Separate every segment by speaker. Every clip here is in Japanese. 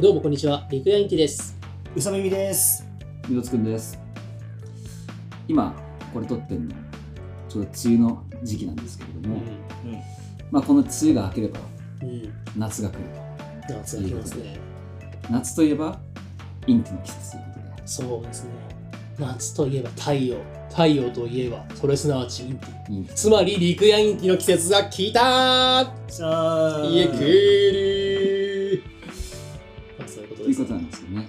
Speaker 1: どうもこんにちは、リクヤインティです。
Speaker 2: うさみみです。
Speaker 3: みごつくんです今これ撮ってるのちょうど梅雨の時期なんですけれど
Speaker 1: う
Speaker 3: も、
Speaker 1: ん、
Speaker 3: まあ、この梅雨が明ければ
Speaker 1: うん、
Speaker 3: 夏が来る
Speaker 1: 夏が来ますね。
Speaker 3: と夏といえばインテの季節ということで
Speaker 1: そうですね。夏といえば太陽、太陽といえば、それすなわちインティ。
Speaker 3: インテ
Speaker 1: つまり、陸やインティの季節が来たー
Speaker 2: さあ、
Speaker 1: 家来るーまあ、そういうこと
Speaker 3: と
Speaker 1: で
Speaker 3: いう
Speaker 1: すね。
Speaker 3: ことなんですよね
Speaker 1: はい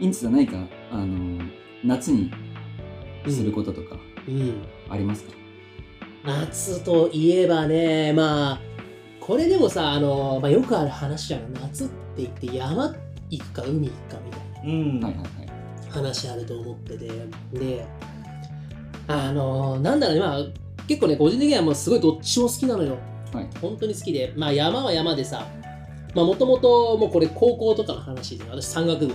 Speaker 3: インテじゃないかあの夏に
Speaker 1: うん
Speaker 3: することとか
Speaker 1: うん。
Speaker 3: ありますか、
Speaker 1: 夏といえばね、まあ、これでもさ、あの、まあ、よくある話じゃん。夏って言って山行くか海行くかみたいな。
Speaker 2: うん。
Speaker 3: はいはいはい
Speaker 1: 話あると思っててであのなんだろうねまあ結構ね個人的にはもうすごいどっちも好きなのよ
Speaker 3: はい
Speaker 1: 本当に好きでまあ山は山でさまあもともともうこれ高校とかの話で私山岳部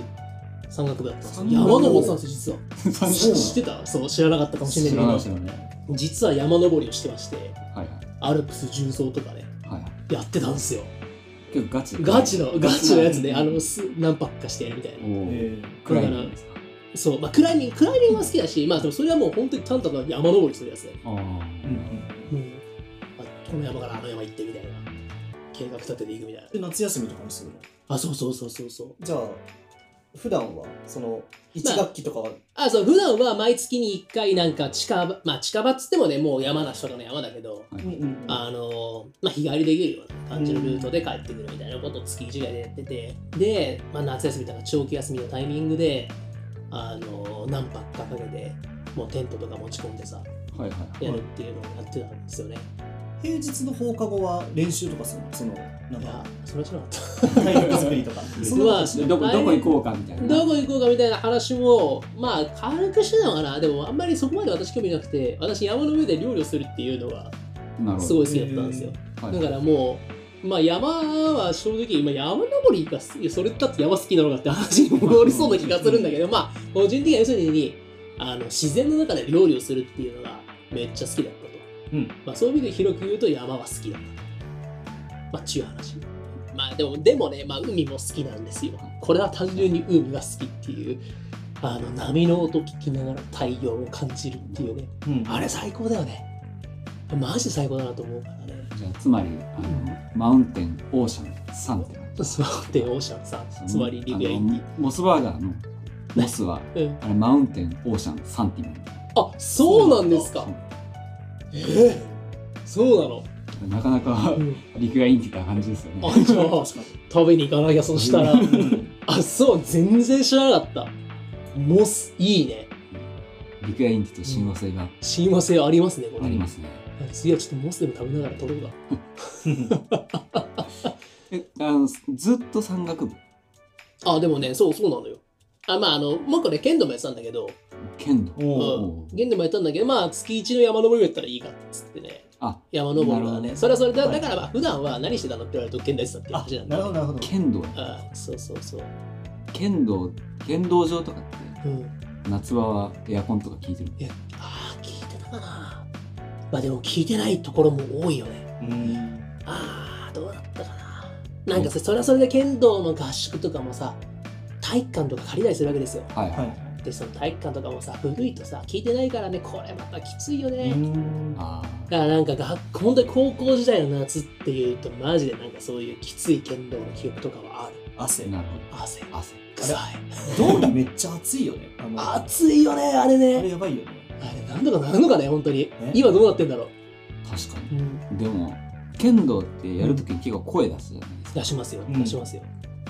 Speaker 1: 山岳部だったんですよ
Speaker 3: 山岳
Speaker 1: 山
Speaker 3: 部
Speaker 1: 登ってたんですよ実は
Speaker 3: そう
Speaker 1: 知ってたそう知らなかったかもしれ
Speaker 3: 知
Speaker 1: な
Speaker 3: ら
Speaker 1: い
Speaker 3: ない
Speaker 1: け
Speaker 3: 知らない
Speaker 1: ど実は山登りをしてまして
Speaker 3: はい
Speaker 1: アルプス重曹とかね
Speaker 3: はいはい
Speaker 1: やってたんですよ
Speaker 3: 結構ガチ
Speaker 1: ガチのガチのやつで、
Speaker 2: うん
Speaker 1: あのす何パックかしてみたいな
Speaker 3: おお、
Speaker 2: え
Speaker 3: クライミングですか
Speaker 1: そう、まあ、クライミング、クライミングは好きだし、まあ、でもそれはもう本当に単ただ山登りするやつだよね。
Speaker 3: あ
Speaker 2: ーうん
Speaker 3: ー
Speaker 2: うん
Speaker 1: うんまあ、この山からあの山行ってみたいな。計画立てていくみたいな。
Speaker 2: で、夏休みとかもするの
Speaker 1: あ、そうそうそうそうそう。
Speaker 2: じゃあ、普段は、その、一学期とかは、
Speaker 1: あ、そう、普段は毎月に1回なんか近場、まあ近場っつってもね、もう山梨とかの山だけど、
Speaker 3: はい
Speaker 2: ん
Speaker 1: あのーまあ日帰りできるような感じのルートで帰ってくるみたいなことを月1回でやってて、で、まあ夏休みとか長期休みのタイミングで、あのー何泊かかけて、もうテントとか持ち込んでさ、
Speaker 3: はいはい
Speaker 1: やるっていうのをやってたんですよね。
Speaker 2: 平日の放課後は練習とかするのその、なん
Speaker 1: いや
Speaker 2: か、、
Speaker 1: それは知らなかっ
Speaker 2: 体力作 りとか。そんなことし
Speaker 3: で
Speaker 2: ない
Speaker 3: どこどこ行こうかみたい
Speaker 1: た。
Speaker 3: な
Speaker 1: どこ行こうかみたいな話も、まあ、軽くしてたのかな。でも、あんまりそこまで私興味なくて、私、山の上で料理をするっていうのが、
Speaker 3: なるほど
Speaker 1: すごい好きだったんですよ。
Speaker 3: はい
Speaker 1: だからもう、まあ、山は正直、まあ、山登りが好き、それだって山好きなのかって話に戻りそうな気がするんだけど、まあ、個人的には要するに、あの自然の中で料理をするっていうのがめっちゃ好きだったと。
Speaker 2: うん
Speaker 1: まあ、そういう意味で広く言うと山は好きだった。まあ、ちゅう話。まあ、でも、でもね、まあ、海も好きなんですよ。これは単純に海が好きっていう、あの、波の音聞きながら太陽を感じるっていうね。
Speaker 2: うん
Speaker 1: あれ最高だよね。マジで最高だなと思うからね。
Speaker 3: じゃあつまりあのマウンテンオーシャンサンって感
Speaker 1: スワーテンオーシャンさん、
Speaker 3: じ
Speaker 1: つまりリビアイン
Speaker 3: あのモスバーガーのモスは
Speaker 1: ディ。うん
Speaker 3: あれマウンテンオーシャンサンって意味なんだ
Speaker 1: あ、そうなんですか。ええそうなの。
Speaker 3: そうなかなか
Speaker 1: うん
Speaker 3: 陸がいいって言った感じですよね
Speaker 1: あ、じゃあ、
Speaker 2: 確かに。
Speaker 1: 食べに行かなきゃ、そしたら
Speaker 2: う。 ん
Speaker 1: あ、そう、全然知らなかった。モス、いいね。
Speaker 3: 陸がいいってと親和性が
Speaker 1: 親和性ありますね、こ
Speaker 3: あ
Speaker 1: れ。
Speaker 3: りますね、
Speaker 1: 次はちょっとモスでも食べながら撮ろうか。
Speaker 3: えあのずっと山岳部
Speaker 1: あ、でもね、そうそうなのよ。あ、まあ、あの、もう一個ね、剣道もやってたんだけど、
Speaker 3: 剣道
Speaker 2: おう
Speaker 3: おう
Speaker 1: 剣道もやったんだけど、まあ、月一の山登りをやったらいいかっつってね。
Speaker 3: あ
Speaker 1: 山登りは
Speaker 3: なるほ
Speaker 1: ね、
Speaker 3: ど
Speaker 1: それはそれだ、
Speaker 2: は
Speaker 1: だ
Speaker 2: い
Speaker 1: からまあ、普段は何してたのって言われると剣道やってたっていう話
Speaker 2: あ
Speaker 1: なん、だ
Speaker 2: な
Speaker 1: けど
Speaker 2: るほど、なるほど。
Speaker 3: 剣道
Speaker 1: あ、そうそうそう。
Speaker 3: 剣道剣道場とかって
Speaker 1: うん。
Speaker 3: 夏場はエアコンとか効いてる
Speaker 1: えああ聞いてたかなまあでも聞いてないところも多いよね
Speaker 2: うん。
Speaker 1: ああどうだったかななんかさそれはそれで剣道の合宿とかもさ体育館とか借りたりするわけですよ
Speaker 3: はいはい、
Speaker 2: は
Speaker 1: でその体育館とかもさ古いとさ聞いてないからねこれまたきついよ
Speaker 2: い。
Speaker 1: ね、
Speaker 2: うん
Speaker 3: あ
Speaker 1: だからなんか学本当に高校時代の夏っていうとマジでなんかそういうきつい剣道の記憶とかはある
Speaker 2: 汗
Speaker 3: ー。なるほ
Speaker 1: 汗
Speaker 3: ど汗
Speaker 1: 臭い
Speaker 2: 道着めっちゃ暑いよね。あのあ
Speaker 1: 暑いよねあれ
Speaker 2: れ
Speaker 1: ね
Speaker 2: やばいよね。
Speaker 1: あれなんとかなるのかね本当に
Speaker 2: ね
Speaker 1: 今どうなってんだろ
Speaker 3: 確かに
Speaker 1: う、
Speaker 3: でも剣道ってやるときに結構声出すじゃないですか、
Speaker 1: 出しますよ
Speaker 2: うん
Speaker 1: 出しますよ、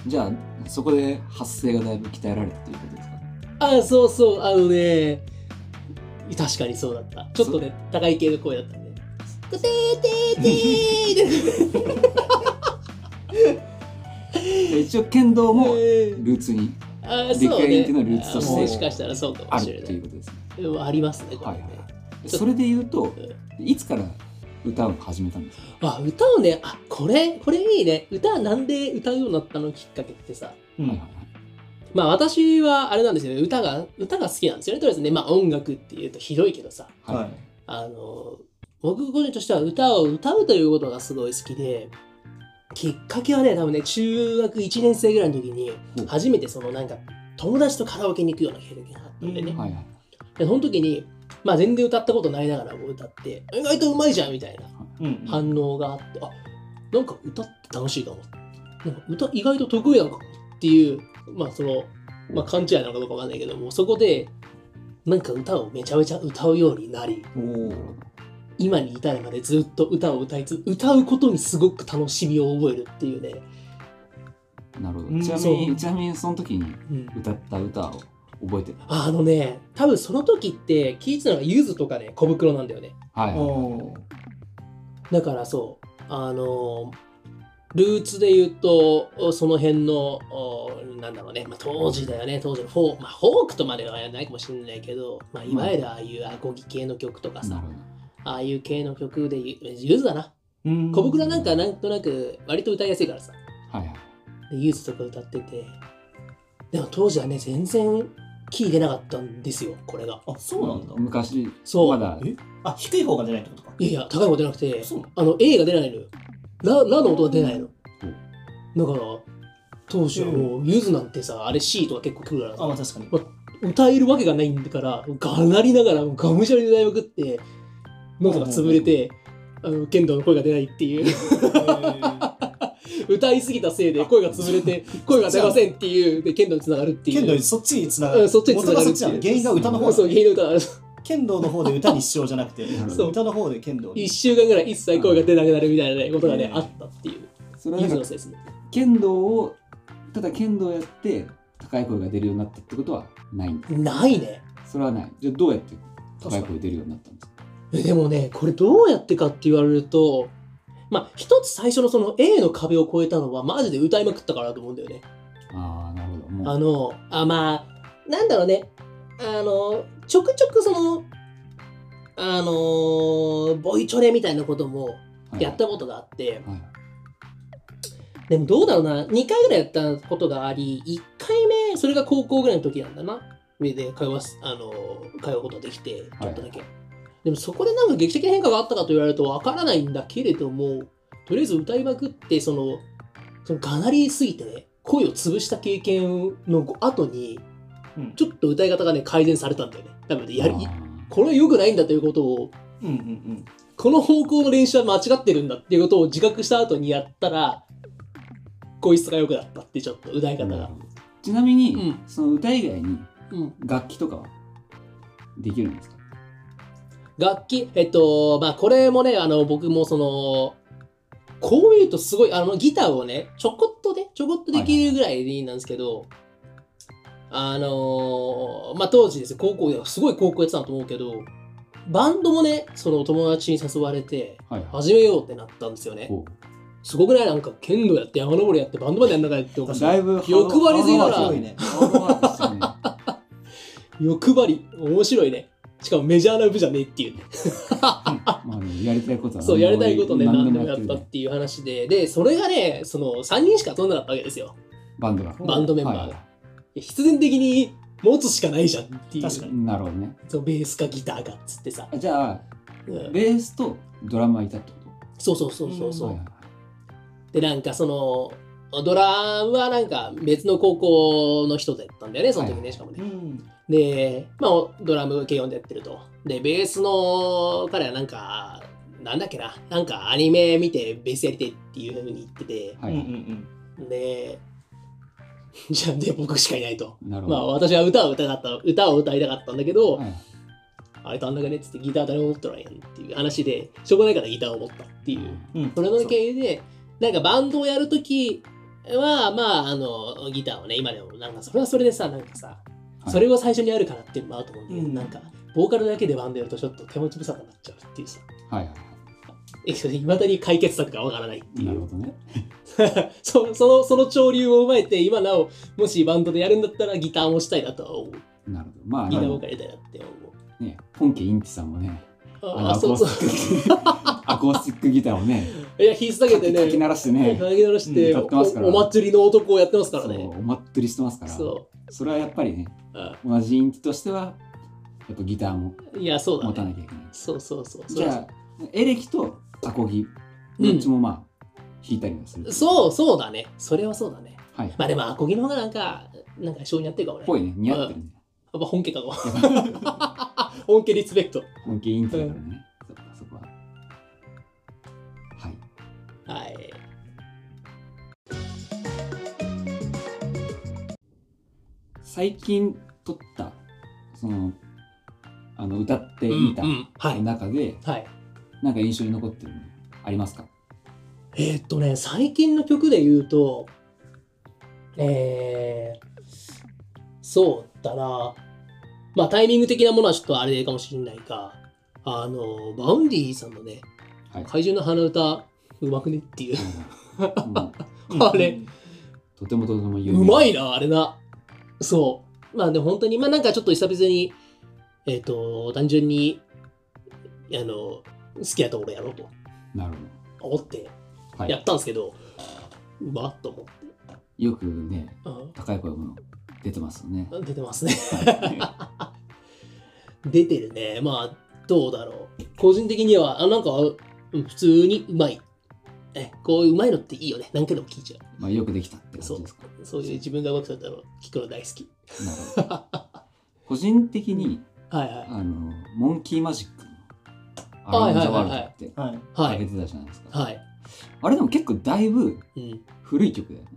Speaker 3: じゃあそこで発声がだいぶ鍛えられたということですかね
Speaker 1: あそうそうあのね確かにそうだったちょっとね高い系の声だったんで「くてーてーてー」
Speaker 3: で一応剣道もル
Speaker 1: で
Speaker 3: ーツに
Speaker 1: あそう
Speaker 3: リクエインって
Speaker 1: ね
Speaker 3: いうのはルーツとして
Speaker 1: もしかしたらそうかも
Speaker 3: あ
Speaker 1: し
Speaker 3: る
Speaker 1: れ
Speaker 3: っ
Speaker 1: な
Speaker 3: てい
Speaker 1: いう
Speaker 3: ことですね
Speaker 1: でもありますねこれ
Speaker 3: はい
Speaker 1: ね、
Speaker 3: はいでそれで言うといつから歌を始めたんですか
Speaker 1: あ歌をねあこれこれいいね歌なんで歌うようになったのきっかけってさ
Speaker 2: う
Speaker 3: はいは
Speaker 2: ん。
Speaker 3: い
Speaker 1: まあ私はあれなんですよね歌が歌が好きなんですよねとりあえずねまあ音楽っていうとひどいけどさ
Speaker 3: はい
Speaker 2: は
Speaker 3: はいい
Speaker 1: あの僕個人としては歌を歌うということがすごい好きできっかけはね多分ね中学1年生ぐらいの時に
Speaker 3: うん
Speaker 1: 初めてそのなんか友達とカラオケに行くような経験があったんでね、
Speaker 2: うん
Speaker 3: はいはい。
Speaker 1: でその時に、まあ、全然歌ったことないながら歌って意外とうまいじゃんみたいな
Speaker 2: うん
Speaker 1: 反応があってあなんか歌って楽しいかもなんか歌意外と得意なのかもっていうまあその、まあ、勘違いなのかどうかわかんないけどもそこでなんか歌をめちゃめちゃ歌うようになり
Speaker 2: おお
Speaker 3: なるほど
Speaker 1: 今に至るまでずっと歌を歌いつ歌うことにすごく楽しみを覚えるっていうね、
Speaker 3: なるほ
Speaker 2: うん
Speaker 3: ど。ちなみ
Speaker 1: そう
Speaker 3: に、ちなみにその時に
Speaker 1: うん、
Speaker 3: 歌った歌を覚えてる。
Speaker 1: あのね多分その時って聞いてたのがゆずとかね小袋なんだよね
Speaker 3: はいはい
Speaker 2: おー
Speaker 1: だからそうあのルーツで言うとその辺のおなんだろうね、まあ、当時だよね当時のフォー,、まあ、フォークとまではやらないかもしれないけど、まあ、いわゆるああいうアコギ系の曲とか
Speaker 3: な
Speaker 1: さ
Speaker 3: るほど。
Speaker 1: ああいう系の曲でゆゆずだな
Speaker 2: うん
Speaker 1: 小袋なんかなんとなく割と歌いやすいからさ
Speaker 3: はいはい。
Speaker 1: でユースとか歌っててでも当時はね全然キー出なかったんですよこれが
Speaker 2: あそうなんだ
Speaker 3: 昔、
Speaker 1: そう
Speaker 3: まだ
Speaker 2: えあ低い方が出ないってことか
Speaker 1: いやいや高い音出なくて
Speaker 2: そうなの
Speaker 1: あの A が出ないのよララの音が出ないのだから当時はもうユズなんてさあれ C とか結構くるから
Speaker 2: あまあ確 かに
Speaker 1: 歌えるわけがないんだからがなりながらがむしゃらに歌いまくって喉が潰れてあの剣道の声が出ないっていう 歌いすぎたせいで声が潰れて声が出ませんっていうで剣道につながるっていう
Speaker 2: 剣道にそっちにつなが
Speaker 1: うん
Speaker 2: る
Speaker 1: そっちにつ
Speaker 2: 元
Speaker 1: な
Speaker 2: が
Speaker 1: がる
Speaker 2: そ
Speaker 1: っ
Speaker 2: って
Speaker 1: い
Speaker 2: ちな
Speaker 1: う
Speaker 2: の原因が歌の方
Speaker 1: そう、
Speaker 2: だ
Speaker 1: 芸能歌、
Speaker 2: 剣道の方で歌に支障じゃなくて
Speaker 3: そう
Speaker 2: 歌の方で剣道に
Speaker 1: 一週間ぐらい一切声が出なくなるみたいなねことがね、
Speaker 2: うん
Speaker 1: あったっていう、
Speaker 3: それは
Speaker 1: ゆず
Speaker 3: な
Speaker 1: の
Speaker 3: んか
Speaker 1: せいですね。
Speaker 3: 剣道を、ただ剣道やって高い声が出るようになったってことはないんだ。
Speaker 1: ないね。
Speaker 3: それはない。じゃあどうやって高
Speaker 2: 確
Speaker 3: い
Speaker 2: かに
Speaker 3: 声出るようになったんですか
Speaker 1: えでもね、これどうやってかって言われると、まあ、一つ最初のその A の壁を越えたのは、マジで歌いまくったからだと思うんだよね。
Speaker 3: ああ、なるほど。もう
Speaker 1: あの、あ、まあ、なんだろうね、あの、ちょくちょくその、あのーボイチョレみたいなことも
Speaker 3: はい
Speaker 1: やったことがあって、
Speaker 3: はい
Speaker 1: でもどうだろうな、2回ぐらいやったことがあり、1回目、それが高校ぐらいの時なんだな。上で通わす、あの、通うことができて、ちょっとだけ。でもそこでなんか劇的な変化があったかと言われるとわからないんだけれども、とりあえず歌いまくって、その、そのがなりすぎてね、声を潰した経験の後に、
Speaker 2: うん
Speaker 1: ちょっと歌い方がね、改善されたんだよね。多分ねやり
Speaker 3: あ、
Speaker 1: これは良くないんだということを、
Speaker 2: うんうんうん
Speaker 1: この方向の練習は間違ってるんだっていうことを自覚した後にやったら、こいつが良くなったってちょっと歌い
Speaker 3: ー
Speaker 1: 方
Speaker 3: なる
Speaker 1: が。
Speaker 3: ほどちなみに、
Speaker 1: うん
Speaker 3: その歌以外に
Speaker 1: うん、
Speaker 3: 楽器とかはできるんですか
Speaker 1: 楽器、えっと、まあこれもね、あの、僕もその、こういうとすごい、あの、ギターをね、ちょこっとね、ちょこっとできるぐらいでいいんですけど、あのーまあ当時ですよ、高校で、すごい高校やってたと思うけど、バンドもね、その友達に誘われて、
Speaker 3: はいはい。
Speaker 1: 始めようってなったんですよね。
Speaker 3: こ
Speaker 1: すごくないなんか、剣道やって、山登りやって、バンドまでやんなきゃっておかし
Speaker 3: う
Speaker 1: い
Speaker 3: だいぶ
Speaker 1: 欲張りすぎだな
Speaker 2: 広いね
Speaker 3: ハードワークですよね
Speaker 1: 欲張り面白いねしかもメジャーな部じゃねえっていうね
Speaker 3: まあでもやりたいことは
Speaker 1: そうやりたいことね何でもや
Speaker 3: やっ
Speaker 1: ってた
Speaker 3: る
Speaker 1: っていう話ででそれがねその3人しか飛んなかったわけですよ
Speaker 3: バンドが
Speaker 1: バンドメンバーが
Speaker 3: はいは
Speaker 1: 必然的に持つしかないじゃんっていう
Speaker 2: 確か
Speaker 3: いなるほどね
Speaker 1: そのベースかギターかっつってさ、
Speaker 3: あじゃあ
Speaker 1: うん
Speaker 3: ベースとドラマーいたってこ
Speaker 1: そうそうそうそう
Speaker 3: と
Speaker 1: そう、
Speaker 3: はいはい
Speaker 1: でなんかそのドラムはなんか別の高校の人だったんだよねその時ね、
Speaker 3: はい
Speaker 1: しかもね
Speaker 2: うん
Speaker 1: で、まあ、ドラム系呼んでやってると。で、ベースの彼はなんか、なんだっけな、なんかアニメ見てベースやりてえっていうふうに言ってて、
Speaker 2: う
Speaker 3: は
Speaker 2: ん
Speaker 3: い
Speaker 2: うんう
Speaker 3: はい
Speaker 2: ん
Speaker 1: で、 じゃあ、で、僕しかいないと。
Speaker 3: なるほ
Speaker 1: まあ、
Speaker 3: ど
Speaker 1: 私は歌を歌いたかった、歌を歌いたかったんだけど、
Speaker 3: はい
Speaker 1: あれ足んなくねっつってギター誰も持ってないやんっていう話で、しょうがないからギターを持ったっていう。
Speaker 2: うん
Speaker 1: それの経由で、なんかバンドをやるときは、まあ、あの、ギターをね、今でも、なんかそれはそれでさ、なんかさ、
Speaker 3: はい
Speaker 1: それを最初にやるからっていうのもあると思うんだけど、
Speaker 2: うん
Speaker 1: なんか、ボーカルだけでバンドやるとちょっと手持ち無沙汰になっちゃうっていうさ、
Speaker 3: はいは
Speaker 1: え、それ、いまだに解決策がわからないって
Speaker 3: い
Speaker 1: い
Speaker 3: なる
Speaker 1: う
Speaker 3: ほどね
Speaker 1: そ、その、その潮流を踏まえて、今なお、もしバンドでやるんだったらギターもしたいなとは思う。
Speaker 3: なるほどまあ
Speaker 1: ギ
Speaker 3: で
Speaker 1: ターも
Speaker 3: も
Speaker 1: かりたいなって思う。
Speaker 3: ね本家インティさんもねあ
Speaker 1: あ
Speaker 3: の
Speaker 1: あ、
Speaker 3: アコ
Speaker 1: そ
Speaker 3: ー
Speaker 1: うそう。
Speaker 3: スティックアコースティックギターをね
Speaker 1: いや、引っ下げ
Speaker 3: か
Speaker 1: て
Speaker 3: き
Speaker 1: ね、
Speaker 3: かき鳴らしてね
Speaker 1: 投げ鳴らして、
Speaker 3: うん歌ってますから
Speaker 1: おお祭りの男をやってますから
Speaker 3: そ
Speaker 1: ね。
Speaker 3: うお祭りしてますから
Speaker 1: そ
Speaker 3: それはやっぱりね
Speaker 1: う。あ
Speaker 3: 同じインティとしてはやっぱギターも
Speaker 1: いや、そう
Speaker 3: 持
Speaker 1: だ
Speaker 3: た
Speaker 1: ね。
Speaker 3: なきゃいけない
Speaker 1: そうそうそう。
Speaker 3: じゃあエレキとアコギ
Speaker 1: うん
Speaker 3: どっちもまあ、弾いたりもする。
Speaker 1: そうそうだねそれはそうだね
Speaker 3: はい。
Speaker 1: まあでもアコギの方がなんかなんか性に合ってるかもね
Speaker 3: ぽいね。似合ってるね。
Speaker 1: やっぱ本家かも 本家リスペクト
Speaker 3: 本気イントだからね。そっか、そこは。はい。
Speaker 1: はい
Speaker 3: 最近撮った、その、あの、歌ってみた
Speaker 1: うんうんは
Speaker 3: の
Speaker 1: い
Speaker 3: 中で、
Speaker 1: はい
Speaker 3: なんか印象に残ってるのあ りますか
Speaker 1: えーっとね最近の曲で言うとえー、そうだなまあタイミング的なものはちょっとあれかもしれないかあのバウンディさんのね
Speaker 3: はい
Speaker 1: 「怪獣の鼻歌うまくね」っていう
Speaker 3: もう
Speaker 1: あれ
Speaker 3: とてもとても有名
Speaker 1: うまいなあれなそうまあでも本当にまあなんかちょっと久々にえーっ、と単純にあの好きなところやろうと
Speaker 3: なる
Speaker 1: 思って
Speaker 3: ほど、は
Speaker 1: やっ
Speaker 3: い、
Speaker 1: たんですけど、うまっと思って、
Speaker 3: よくね
Speaker 1: うん
Speaker 3: 高い声も出てますよね
Speaker 1: 出てますね。 出てるね。まあ、どうだろう。個人的には、あなんか、うん普通にうまい。え、こういううまいのっていいよね。何回でも聞いちゃ
Speaker 3: まあよくできたって感じですか
Speaker 1: う。そういう自分が上手くなったの聞くの大好き。
Speaker 3: なるほど個人的に
Speaker 1: はいはい。
Speaker 3: あのモンキーマジックのアラウンドザワールドって
Speaker 2: はい。
Speaker 1: は
Speaker 3: 上げ
Speaker 1: い。
Speaker 3: てたじゃないですか、
Speaker 1: はい。
Speaker 3: あれでも結構だいぶ
Speaker 1: うん。
Speaker 3: 古い曲だよね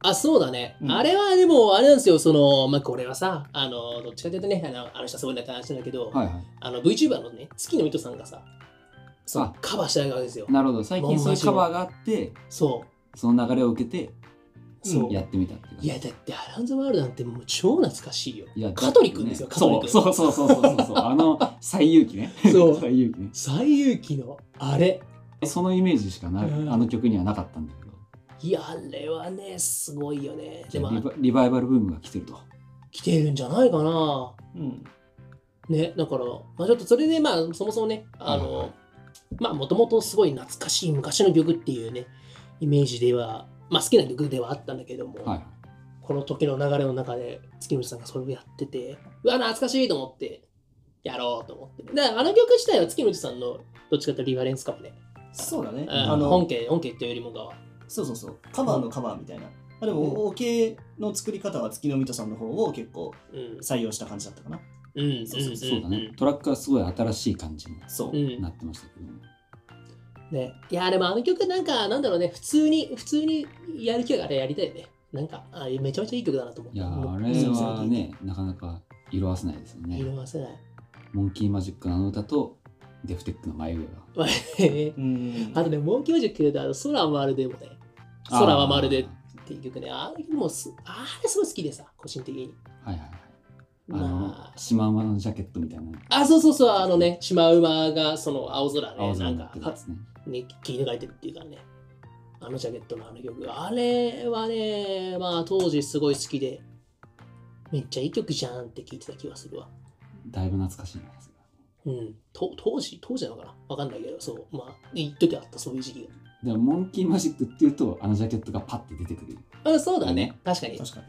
Speaker 1: あ、そうだね。
Speaker 2: うん
Speaker 1: あれはでも、あれなんですよ。その、まあ、これはさ、あの、どっちかというとね、あの、あの人はすごいなって話なんだけど、
Speaker 3: はいはい
Speaker 1: あの、VTuber のね、月の糸さんがさ、
Speaker 3: あ
Speaker 1: カバーしたわけですよ。
Speaker 3: なるほど最近そういうカバーがあって
Speaker 1: そう。
Speaker 3: その流れを受けて
Speaker 1: そう。
Speaker 3: やってみたって感
Speaker 1: い
Speaker 3: じ
Speaker 1: やだってアラウンドワールドなんてもう超懐かしいよ。
Speaker 3: いや
Speaker 1: カトリックですよ
Speaker 3: だ
Speaker 1: カトリッ
Speaker 3: っ
Speaker 1: ク
Speaker 3: てねそうそうそうそうそうそうあ の最勇気ね
Speaker 1: そう
Speaker 3: 最勇気ね
Speaker 1: 最有機のあれ。
Speaker 3: そのイメージしかな
Speaker 1: うん
Speaker 3: あの曲にはなかったんだけど
Speaker 1: いやあれはねすごいよね。で
Speaker 3: リ
Speaker 1: も
Speaker 3: バリバイバルブームが来てると
Speaker 1: 来てるんじゃないかな。
Speaker 2: うん。
Speaker 1: ねだから、まあ、ちょっとそれでまあそもそもねあ
Speaker 3: はいは
Speaker 1: の
Speaker 3: い
Speaker 1: まあもともとすごい懐かしい昔の曲っていうねイメージではまあ好きな曲ではあったんだけども、
Speaker 3: はい
Speaker 1: この時の流れの中で月村さんがそれをやっててうわ懐かしいと思ってやろうと思ってだからあの曲自体は月村さんのどっちかというとリファレンスかもね。
Speaker 2: そうだね。
Speaker 1: あ
Speaker 2: あ
Speaker 1: の
Speaker 2: の、
Speaker 1: 本家本家っていうよりも側
Speaker 2: そうそうそう。カバーのカバーみたいな。あで
Speaker 1: うん
Speaker 2: も、OK の作り方は月の水戸さんの方を結構
Speaker 1: うん
Speaker 2: 採用した感じだったかな。
Speaker 1: うん
Speaker 2: そうそうそ
Speaker 3: そうだねトラックはすごい新しい感じに
Speaker 2: そう
Speaker 1: う。ん
Speaker 3: なってましたけども
Speaker 1: ねいやでもあの曲なんかなんだろうね普通に普通にやる気があれやりたいよねなんかあめちゃめちゃいい曲だなと思っ
Speaker 3: い
Speaker 1: て
Speaker 3: や
Speaker 1: も
Speaker 3: ー
Speaker 1: う
Speaker 3: あ
Speaker 1: そう
Speaker 3: れ
Speaker 1: そう
Speaker 3: はねなかなか色あせないですよね
Speaker 1: 色褪せない
Speaker 3: モンキーマジックのあの歌とデフテックの前上が
Speaker 1: わ
Speaker 2: うん。
Speaker 1: あとねモンキーマジックであの空はまるでもね
Speaker 3: あー
Speaker 1: 空はまるでっていう曲ねあれもうすあれすごい好きでさ個人的に
Speaker 3: はいはいはいあの
Speaker 1: まあ
Speaker 3: シマウマのジャケットみたいな
Speaker 1: あそうそうそうあのねシマウマがその青空
Speaker 3: 青
Speaker 1: ねな
Speaker 3: 空に
Speaker 1: ん
Speaker 3: なっ
Speaker 1: か
Speaker 3: てるやつね
Speaker 1: ね、切り抜かれてるっていうかね、あのジャケットのあの曲、あれはね、まあ当時すごい好きで、めっちゃいい曲じゃんって聞いてた気がするわ。
Speaker 3: だいぶ懐かしいなそれ
Speaker 1: うん、と当時、当時なのかなわかんないけど、そう、まあ、一時あった、そういう時期
Speaker 3: でもモンキーマジックっていうとあのジャケットがパッて出てくる
Speaker 1: が。うん、そうだね
Speaker 3: ね、
Speaker 1: 確かに。
Speaker 2: 確かに。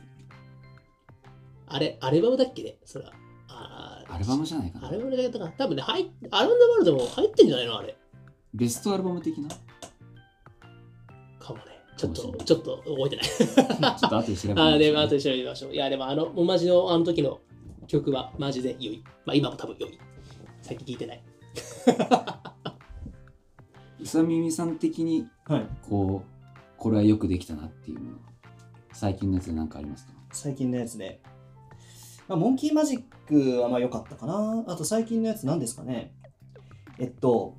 Speaker 1: あれ、アルバムだっけね、それは。あー
Speaker 3: アルバムじゃないかな
Speaker 1: アルバムのジャケットかな。多分ね、入っアルバムのワールドも入ってんじゃないのあれ。
Speaker 3: ベストアルバム 的なち
Speaker 1: かもね。ちょっと、
Speaker 3: かもしれない
Speaker 1: ちょっと覚えてない。
Speaker 3: ょっと後で調べてみましょう
Speaker 1: あーでも後で調べましょう。いやでもあの、マジのあの時の曲はマジで良い。まあ今も多分良い。さっき聞いてない。
Speaker 3: うさみみさん的に
Speaker 2: はい。
Speaker 3: こうこれはよくできたなっていうもの最近のやつで何かありますか
Speaker 2: 最近のやつね。まあ、モンキーマジックはまあ良かったかな。あと最近のやつ何ですかね。えっと、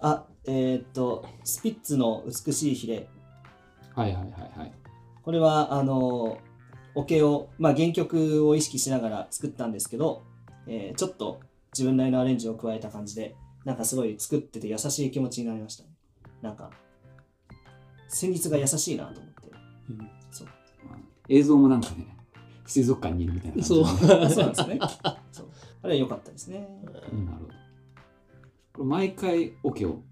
Speaker 2: あ、えーっと、スピッツの美しいヒレ。
Speaker 3: はいはいはいはい
Speaker 2: これは、あの、オケを、まあ、原曲を意識しながら作ったんですけど、えーちょっと自分なりのアレンジを加えた感じで、なんかすごい作ってて優しい気持ちになりましたね。なんか、旋律が優しいなと思って。
Speaker 3: まあ映像もなんかね 水族館にいるみたいな感じ
Speaker 1: そう。
Speaker 3: でね
Speaker 2: あそうなんですね。そうあれは良かったですね。
Speaker 3: うんなるほどこれ毎回オケを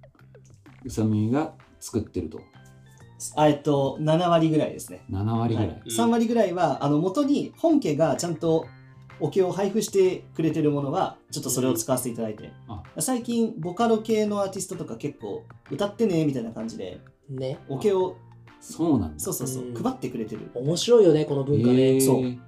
Speaker 3: うさみみが作ってると
Speaker 2: あえっと、7割ぐらいですね。
Speaker 3: 7割ぐらい、
Speaker 2: は
Speaker 1: うん
Speaker 2: い、3割ぐらいはあの元に本家がちゃんとお経を配布してくれてるものはちょっとそれを使わせていただいて、
Speaker 3: あ
Speaker 2: 最近ボカロ系のアーティストとか結構歌ってねみたいな感じで
Speaker 1: ね
Speaker 2: 桶を
Speaker 3: そうなんだ。
Speaker 2: そうそうそう
Speaker 1: うん
Speaker 2: 配ってくれてる
Speaker 1: 面白いよねこの文化
Speaker 3: へ
Speaker 1: ね
Speaker 3: ー
Speaker 2: そう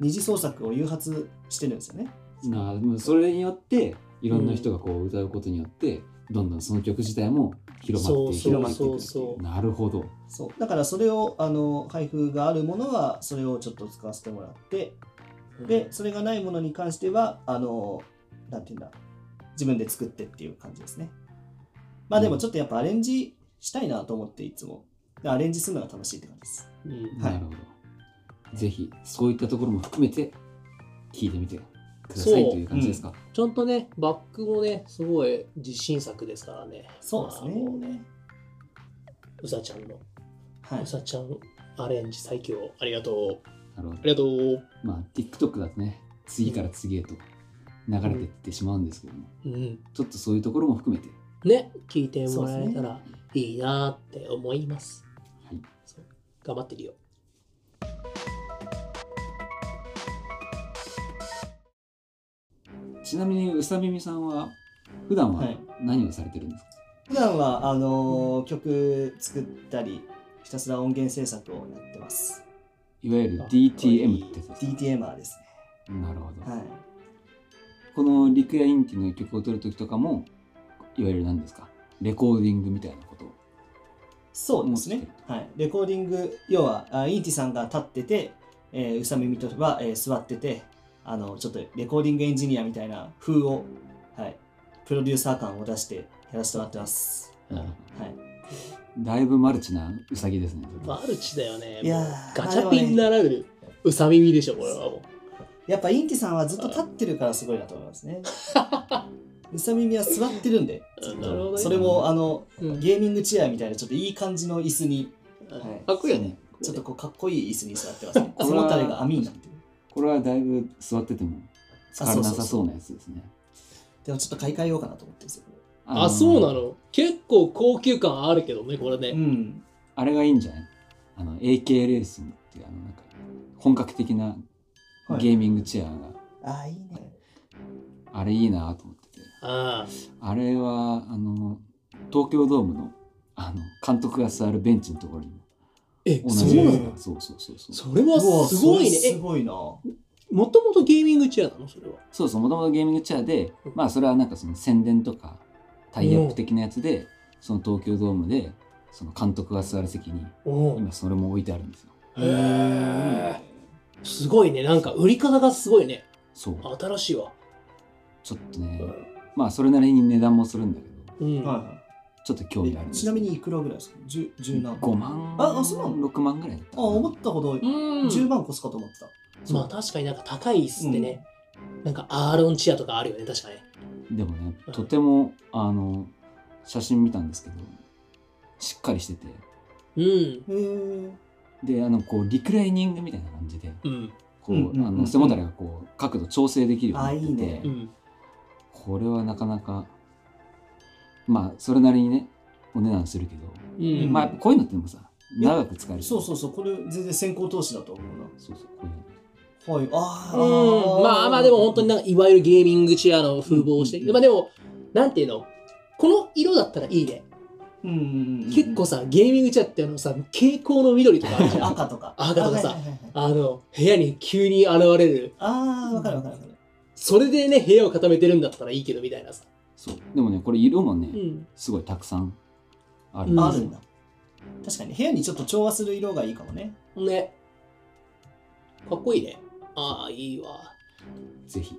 Speaker 2: 二次創作を誘発してるんですよね
Speaker 3: なあでもそれによっていろんな人がこう歌うことによって、どんどんその曲自体も広まっていく
Speaker 2: そうそう
Speaker 1: そうそう
Speaker 3: なるほど
Speaker 2: そうだからそれをあの配布があるものはそれをちょっと使わせてもらってでそれがないものに関してはあのなんていうんだ自分で作ってっていう感じですねまあでもちょっとやっぱアレンジしたいなと思っていつもアレンジするのが楽しいって感じです
Speaker 1: うん
Speaker 2: はい
Speaker 3: なるほどぜひそういったところも含めて聞いてみてくださ
Speaker 1: そ
Speaker 3: いうという感じですか、
Speaker 1: ちゃんとねバックもねすごい自信作ですからね
Speaker 2: そうですね
Speaker 1: まあもうねうさちゃんの
Speaker 2: はいう
Speaker 1: さちゃんアレンジ最強ありがとう
Speaker 3: なるほど
Speaker 1: ありがとう
Speaker 3: まあ TikTok だとね次から次へと流れていってしまうんですけども、
Speaker 1: うん
Speaker 3: ちょっとそういうところも含めて
Speaker 1: ね聞いてもらえたらいいなって思います
Speaker 3: はい
Speaker 1: そう頑張ってるよ
Speaker 3: ちなみにうさみみさんは普段は
Speaker 2: はい
Speaker 3: 何をされてるんですか、
Speaker 2: 普段はあの曲作ったりひたすら音源制作をやってます
Speaker 3: い、わゆる
Speaker 1: あ
Speaker 3: DTM ってやつですか
Speaker 2: DTMR ですね
Speaker 3: なるほど、
Speaker 2: はい
Speaker 3: このリクヤインティの曲を取る時とかもいわゆる何ですかレコーディングみたいなことを
Speaker 2: そうですね。はい、レコーディング、要は、あインティさんが立ってて、えー、うさみみとは、えー座ってて、あの、ちょっとレコーディングエンジニアみたいな風を、はい、プロデューサー感を出してやらせてもらってます。
Speaker 3: なる
Speaker 2: はい。
Speaker 3: だいぶマルチなウサギですね
Speaker 1: マルチだよね
Speaker 2: いやー
Speaker 1: もうガチャピンならぬうさ耳でしょこれはも
Speaker 2: やっぱインティさんはずっと立ってるからすごいなと思いま すね。うさみみは座ってるんで、
Speaker 1: ううんなるほどね
Speaker 2: それも、あの、
Speaker 1: うん
Speaker 2: ゲーミングチェアみたいな、ちょっといい感じの椅子に、はい
Speaker 1: かっこいいよね
Speaker 2: ちょっとこう、かっこいい椅子に座っ てますね。背もたれが網になってる。
Speaker 3: これはだいぶ座ってても疲れなさそうなやつですね
Speaker 2: でもちょっと買い替えようかなと思ってるんですよ。
Speaker 1: あそうな
Speaker 3: の
Speaker 1: の結構高級感あるけどねこれ
Speaker 2: う
Speaker 1: ね
Speaker 2: ん。
Speaker 3: あれがいいんじゃないあの AK レースっていうあのなんか本格的な
Speaker 2: はい
Speaker 3: ゲーミングチェアが、
Speaker 2: ああ、いいね。
Speaker 3: あれいいなと思ってて
Speaker 1: ああ
Speaker 3: あれはあの東京ドームのあの監督が座るベンチのところにも
Speaker 1: え
Speaker 3: 同
Speaker 1: そう
Speaker 3: じ
Speaker 1: な
Speaker 3: や
Speaker 2: の
Speaker 3: つ
Speaker 1: の
Speaker 3: がそうそうそうそう
Speaker 1: それはすごいね
Speaker 2: す
Speaker 1: え
Speaker 2: ごいな。
Speaker 1: もともとゲーミングチェアなのそれは
Speaker 3: そうそうもともとゲーミングチェアで、
Speaker 1: うん
Speaker 3: まあそれはなんかその宣伝とかタイアップ的なやつで、その東京ドームでその監督が座る席に
Speaker 1: お
Speaker 3: 今それも置いてあるんですよ
Speaker 1: へえすごいねなんか売り方がすごいね
Speaker 3: そう
Speaker 1: 新しいわ
Speaker 3: ちょっとねまあそれなりに値段もするんだけど
Speaker 1: うん、
Speaker 2: は
Speaker 3: ちょっと興
Speaker 2: い
Speaker 3: 味が
Speaker 2: は
Speaker 3: ある
Speaker 2: い。
Speaker 3: んです
Speaker 2: ちなみにいくらぐらいですか十十何
Speaker 3: 5万
Speaker 2: ああそうなの
Speaker 3: 6万ぐらいだったか
Speaker 2: あ、
Speaker 3: な
Speaker 2: 思ったほど
Speaker 1: うん
Speaker 2: 10万越すかと思ってた。
Speaker 1: まあ確かになんか高い椅子ってね、なんかアーロンチェアとかあるよね確かね
Speaker 3: でもねとてもあの写真見たんですけどしっかりしてて
Speaker 1: うん
Speaker 2: へえ。
Speaker 3: であのこうリクライニングみたいな感じで
Speaker 1: うん
Speaker 3: こう、
Speaker 2: うんうんうんうん
Speaker 3: あの背もたれがこう角度調整できるようになってて
Speaker 2: あいいね
Speaker 1: うん
Speaker 3: これはなかなかまあそれなりにねお値段するけど、
Speaker 1: うん
Speaker 3: まあやっぱこういうのってでもさ
Speaker 2: いや
Speaker 3: 長く使える
Speaker 2: そうそううそう、これ全然先行投資だと思
Speaker 3: そうそうこう
Speaker 2: う
Speaker 3: いうの
Speaker 2: な。はい。ああ。
Speaker 1: うんまあまあでも本当になんかいわゆるゲーミングチェアの風貌をして、
Speaker 2: うん
Speaker 1: まあでもなんていうのこの色だったらいいね、
Speaker 2: うんうんうんうん
Speaker 1: 結構さゲーミングチェアってあのさ蛍光の緑とかあるじ ゃん
Speaker 2: 赤とか。
Speaker 1: 赤とかさ
Speaker 2: はいはいはいはい
Speaker 1: あの部屋に急に現れる
Speaker 2: ああ、わかるわかるわかる。
Speaker 1: それでね部屋を固めてるんだったらいいけどみたいなさ、
Speaker 3: そうでもねこれ色もね、
Speaker 1: うん、
Speaker 3: すごいたくさんあるん
Speaker 2: あ
Speaker 3: で
Speaker 2: る
Speaker 3: す
Speaker 2: ん
Speaker 3: よ
Speaker 2: だ。確かに部屋にちょっと調和する色がいいかもね。
Speaker 1: ねかっこいいねああいいわ
Speaker 3: ぜひ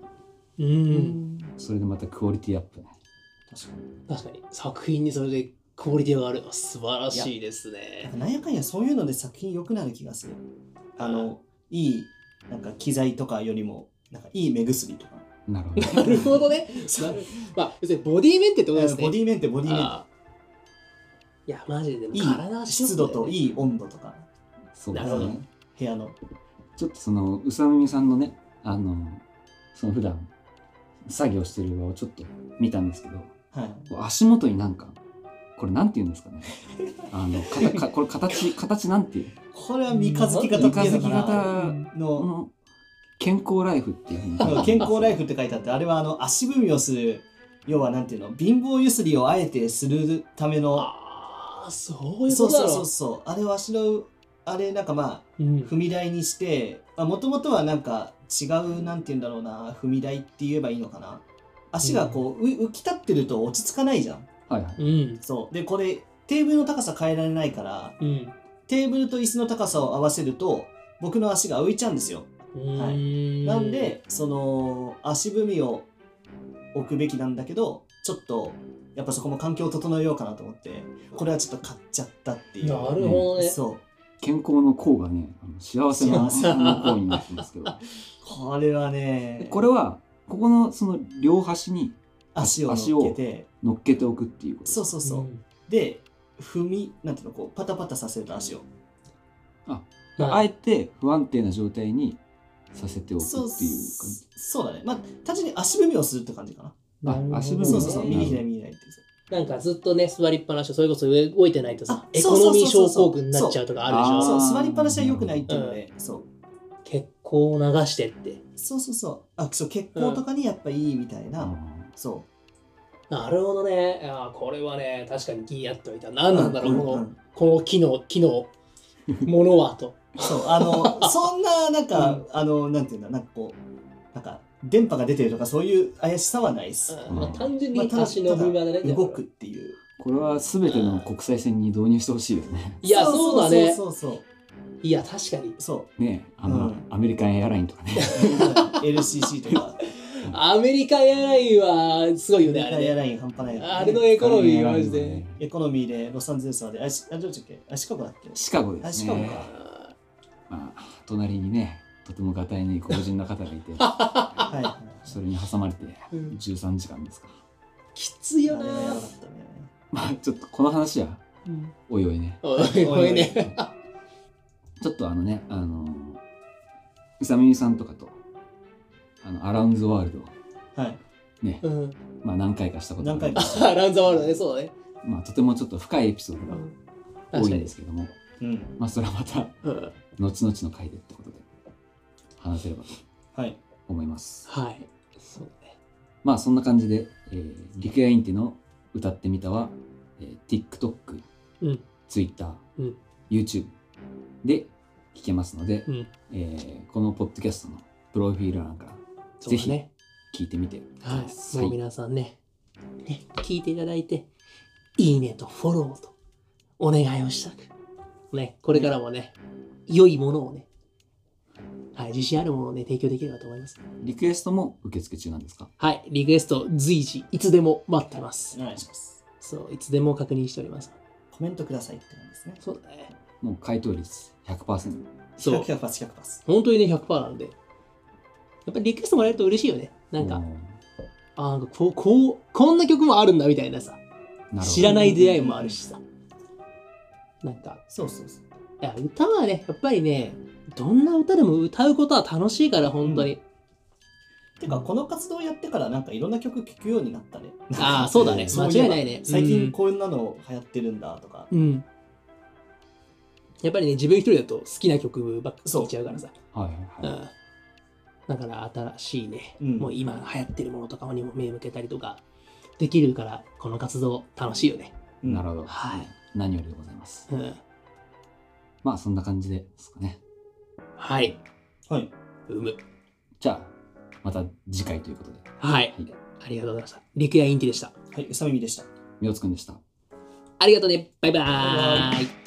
Speaker 1: う。
Speaker 2: うん
Speaker 3: それでまたクオリティアップね
Speaker 2: 確かに。
Speaker 1: 確かに作品にそれでクオリティがあるのは素晴らしいですね
Speaker 2: なんやかんやそういうので作品良くなる気がする。あの、いいなんか機材とかよりも、なんかいい目薬とか。
Speaker 3: なるほど
Speaker 1: なるほどね
Speaker 2: な
Speaker 1: まあ要するにボディメンテってことですね
Speaker 2: ボディメンテ、ボディメン
Speaker 1: あーいや、マジで、
Speaker 2: テ。い
Speaker 1: 体はい
Speaker 2: 湿度と
Speaker 1: い。
Speaker 2: いい温度とか、
Speaker 3: そうで
Speaker 1: な
Speaker 3: す
Speaker 1: るほ
Speaker 3: ね
Speaker 1: ど
Speaker 2: 部屋の。
Speaker 3: ちょっとその宇佐美さんのねあのその普段作業してる場をちょっと見たんですけど
Speaker 2: はい。
Speaker 3: 足元になんかこれなんて言うんで すかねあのかたかこれ形形なんていう
Speaker 2: これは三日月型っていうのか
Speaker 3: 三日
Speaker 2: な
Speaker 3: こ
Speaker 2: の
Speaker 3: の健康ライフっていうふうに
Speaker 2: うん健康ライフって書いてあって、あれはあの足踏みをする、要はなんていうの、貧乏ゆすりをあえてするための
Speaker 1: ああ、そういう
Speaker 2: そ
Speaker 1: こ
Speaker 2: う
Speaker 1: とだ
Speaker 2: そ
Speaker 1: ろ
Speaker 2: うそうそうあれわしのあれなんかまあ
Speaker 1: うん
Speaker 2: 踏み台にしてもともとはなんか違うなんて言うんだろうな踏み台って言えばいいのかな足がこう、う浮き立ってると落ち着かないじゃん
Speaker 3: はいはい。
Speaker 1: うん。
Speaker 2: そうでこれテーブルの高さ変えられないから
Speaker 1: うん。
Speaker 2: テーブルと椅子の高さを合わせると僕の足が浮いちゃうんですよは
Speaker 1: はい
Speaker 2: なん、でその足踏みを置くべきなんだけどちょっとやっぱそこも環境を整えようかなと思ってこれはちょっと買っちゃったっていう
Speaker 1: なるほどね。
Speaker 2: そう
Speaker 3: 健康の功がね、あの幸せの
Speaker 2: 幸せ
Speaker 3: の功になってますけど、
Speaker 2: これはね
Speaker 3: これは、ここのその両端に
Speaker 2: 足を
Speaker 3: 足
Speaker 2: 乗
Speaker 3: を
Speaker 2: っけて
Speaker 3: 乗っけておくっていうこと。
Speaker 2: そうそうそう、
Speaker 1: ん
Speaker 2: で踏みなんていうのこうパタパタさせると足を
Speaker 3: あ
Speaker 1: まあ、
Speaker 3: えて不安定な状態にさせておくってい
Speaker 2: そうう
Speaker 3: 感じ。
Speaker 2: そうだねまあ単純に足踏みをするって感じかな、
Speaker 3: あ
Speaker 1: なるほどね
Speaker 3: 足踏みね
Speaker 2: そうそうそう
Speaker 3: なる
Speaker 2: 右左右左って
Speaker 1: なんかずっとね、座りっぱなしを、それこそ上動いてないとさ
Speaker 2: あ、
Speaker 1: エ
Speaker 2: そ
Speaker 1: コ
Speaker 2: うそ
Speaker 1: ノ
Speaker 2: うそ
Speaker 1: ミ
Speaker 2: う
Speaker 1: ー
Speaker 2: そう
Speaker 1: 症候群になっちゃうとかあるでし
Speaker 3: あ
Speaker 1: ょ
Speaker 3: ー。
Speaker 2: そう座りっぱなしは良くないっていうので、そう
Speaker 1: 血行を流してって。
Speaker 2: そうそうそうあそう血行とかにやっぱいいみたいな、
Speaker 3: あ
Speaker 2: そ
Speaker 1: なるほどね。あーこれはね、確かに気になっておいた。
Speaker 2: う
Speaker 1: 何なんだろう、
Speaker 2: う
Speaker 1: こ
Speaker 2: う
Speaker 1: の、
Speaker 2: ん
Speaker 1: この機能、機能、ものはと。
Speaker 2: そうあのそんななんか、
Speaker 1: うん
Speaker 2: あのなんていうんだなんかこうなんか電波が出てるとかそういう怪しさはないです、
Speaker 1: うんまあ、単純
Speaker 2: まあ
Speaker 1: に
Speaker 2: ただ
Speaker 1: 足の踏み場でね。
Speaker 2: 動くっていう
Speaker 3: これは全ての国際線に導入してほしいですね。
Speaker 1: いや、そうだね。
Speaker 2: そうそうそう
Speaker 1: いや、確かに。
Speaker 2: そう
Speaker 3: ねあの、
Speaker 2: うん
Speaker 3: アメリカンエアラインと かね。
Speaker 2: LCC とか、
Speaker 1: アメリカンエアラインはすごいよね、あ
Speaker 2: エア
Speaker 1: れね。
Speaker 2: ライン半端ないよね
Speaker 1: あれのエコノミーはマジで。
Speaker 2: エコノミーでロサンゼルスまで、あ、しあどっちだっけあ、シカゴだっけ
Speaker 3: シカゴで
Speaker 2: あ、
Speaker 3: す
Speaker 2: シカゴ
Speaker 3: ね。
Speaker 2: か。
Speaker 3: まあ、隣にね、とてもがたいに黒人の方 がいて、
Speaker 2: はいはい。
Speaker 3: それに挟まれて
Speaker 1: うん
Speaker 3: 13時間ですか。
Speaker 1: きつい
Speaker 2: あれ
Speaker 1: よ
Speaker 2: は
Speaker 1: な
Speaker 2: やばかっ
Speaker 1: ぁ。
Speaker 3: まあ、ちょっとこの話は
Speaker 1: うん
Speaker 3: おいおいね。
Speaker 1: お
Speaker 2: たね。
Speaker 1: い、これね。
Speaker 3: ちょっとあのね、あのうさみさんとかと、あの、アラウンドワールド、
Speaker 2: はい。
Speaker 3: ね、
Speaker 1: うん。
Speaker 3: まあ何回かしたこと
Speaker 2: 何
Speaker 3: があ
Speaker 2: 回
Speaker 3: る
Speaker 2: か。
Speaker 1: あランザワールドね、そうだね。
Speaker 3: まあ、とてもちょっと深いエピソードが多
Speaker 1: 確か
Speaker 3: いんで
Speaker 1: に。
Speaker 3: すけども、
Speaker 2: うん。
Speaker 3: まあ、それはまた、
Speaker 1: うん
Speaker 3: 後々の回でってことで、話せればと
Speaker 2: はい。
Speaker 3: 思います。
Speaker 1: はい。そうね。
Speaker 3: まあ、そんな感じで、えー、リクエインティの歌ってみたは、えー、TikTok、
Speaker 1: うん。
Speaker 3: Twitter、
Speaker 1: うん
Speaker 3: YouTube で聞けますので、
Speaker 1: うん
Speaker 3: えーこのポッドキャストのプロフィール欄から
Speaker 1: そうだ
Speaker 3: ぜ
Speaker 1: ね。
Speaker 3: 聞いてみてくだ
Speaker 1: は
Speaker 3: さい。
Speaker 1: い。もう皆さんね、ね、聞いていただいて、いいねとフォローと、お願いをしたく。ね、これからもね、良いものをね、はい、自信あるものをね、提供できればと思います。
Speaker 3: リクエストも受付中なんですか
Speaker 1: はい、リクエスト随時、いつでも待ってます
Speaker 2: お。願いします。
Speaker 1: そう、いつでも確認しております。
Speaker 2: コメントくださいって感じですね。
Speaker 1: そうだね。
Speaker 3: もう回答率100%。
Speaker 1: そう。
Speaker 2: 100パス、100パス。
Speaker 1: 本当にね、100%なんで。やっぱりリクエストもらえると嬉しいよね。なん
Speaker 3: お
Speaker 1: か
Speaker 3: ー、
Speaker 1: あなんかこう、こう、こんな曲もあるんだみたいなさ、
Speaker 3: なるほど
Speaker 1: 知らない出会いもあるしさ。なんか、
Speaker 2: そうそうそう。
Speaker 1: いや歌はね、やっぱりね、どんな歌でも歌うことは楽しいから、本当に。
Speaker 2: てか、この活動やってからなんかいろんな曲聴くようになったね。
Speaker 1: ああ、そうだね。
Speaker 2: そう
Speaker 1: 間
Speaker 2: いえば
Speaker 1: 違いないね。
Speaker 2: 最
Speaker 1: うん
Speaker 2: 近こんなの流行ってるんだとか。
Speaker 1: うん。やっぱりね、自分一人だと好きな曲ばっか聴いちゃうからさ。
Speaker 3: はいはいうはい。
Speaker 1: ん。だから新しいね、
Speaker 2: うん
Speaker 1: もう今流行ってるものとかにも目向けたりとかできるから、この活動楽しいよね。
Speaker 2: うん
Speaker 3: なるほど。
Speaker 1: はい
Speaker 3: 何よりでございます。
Speaker 1: うん。
Speaker 3: まあそんな感じですかね。
Speaker 1: はい。
Speaker 2: はい。
Speaker 1: うむ。
Speaker 3: じゃあ、また次回ということで。
Speaker 1: はい。ありがとうございました。リクヤインティでした。
Speaker 2: はい、うさみみでした。
Speaker 3: みおつくんでした。
Speaker 1: ありがとうね。バイバ
Speaker 2: バイ
Speaker 1: ーイ。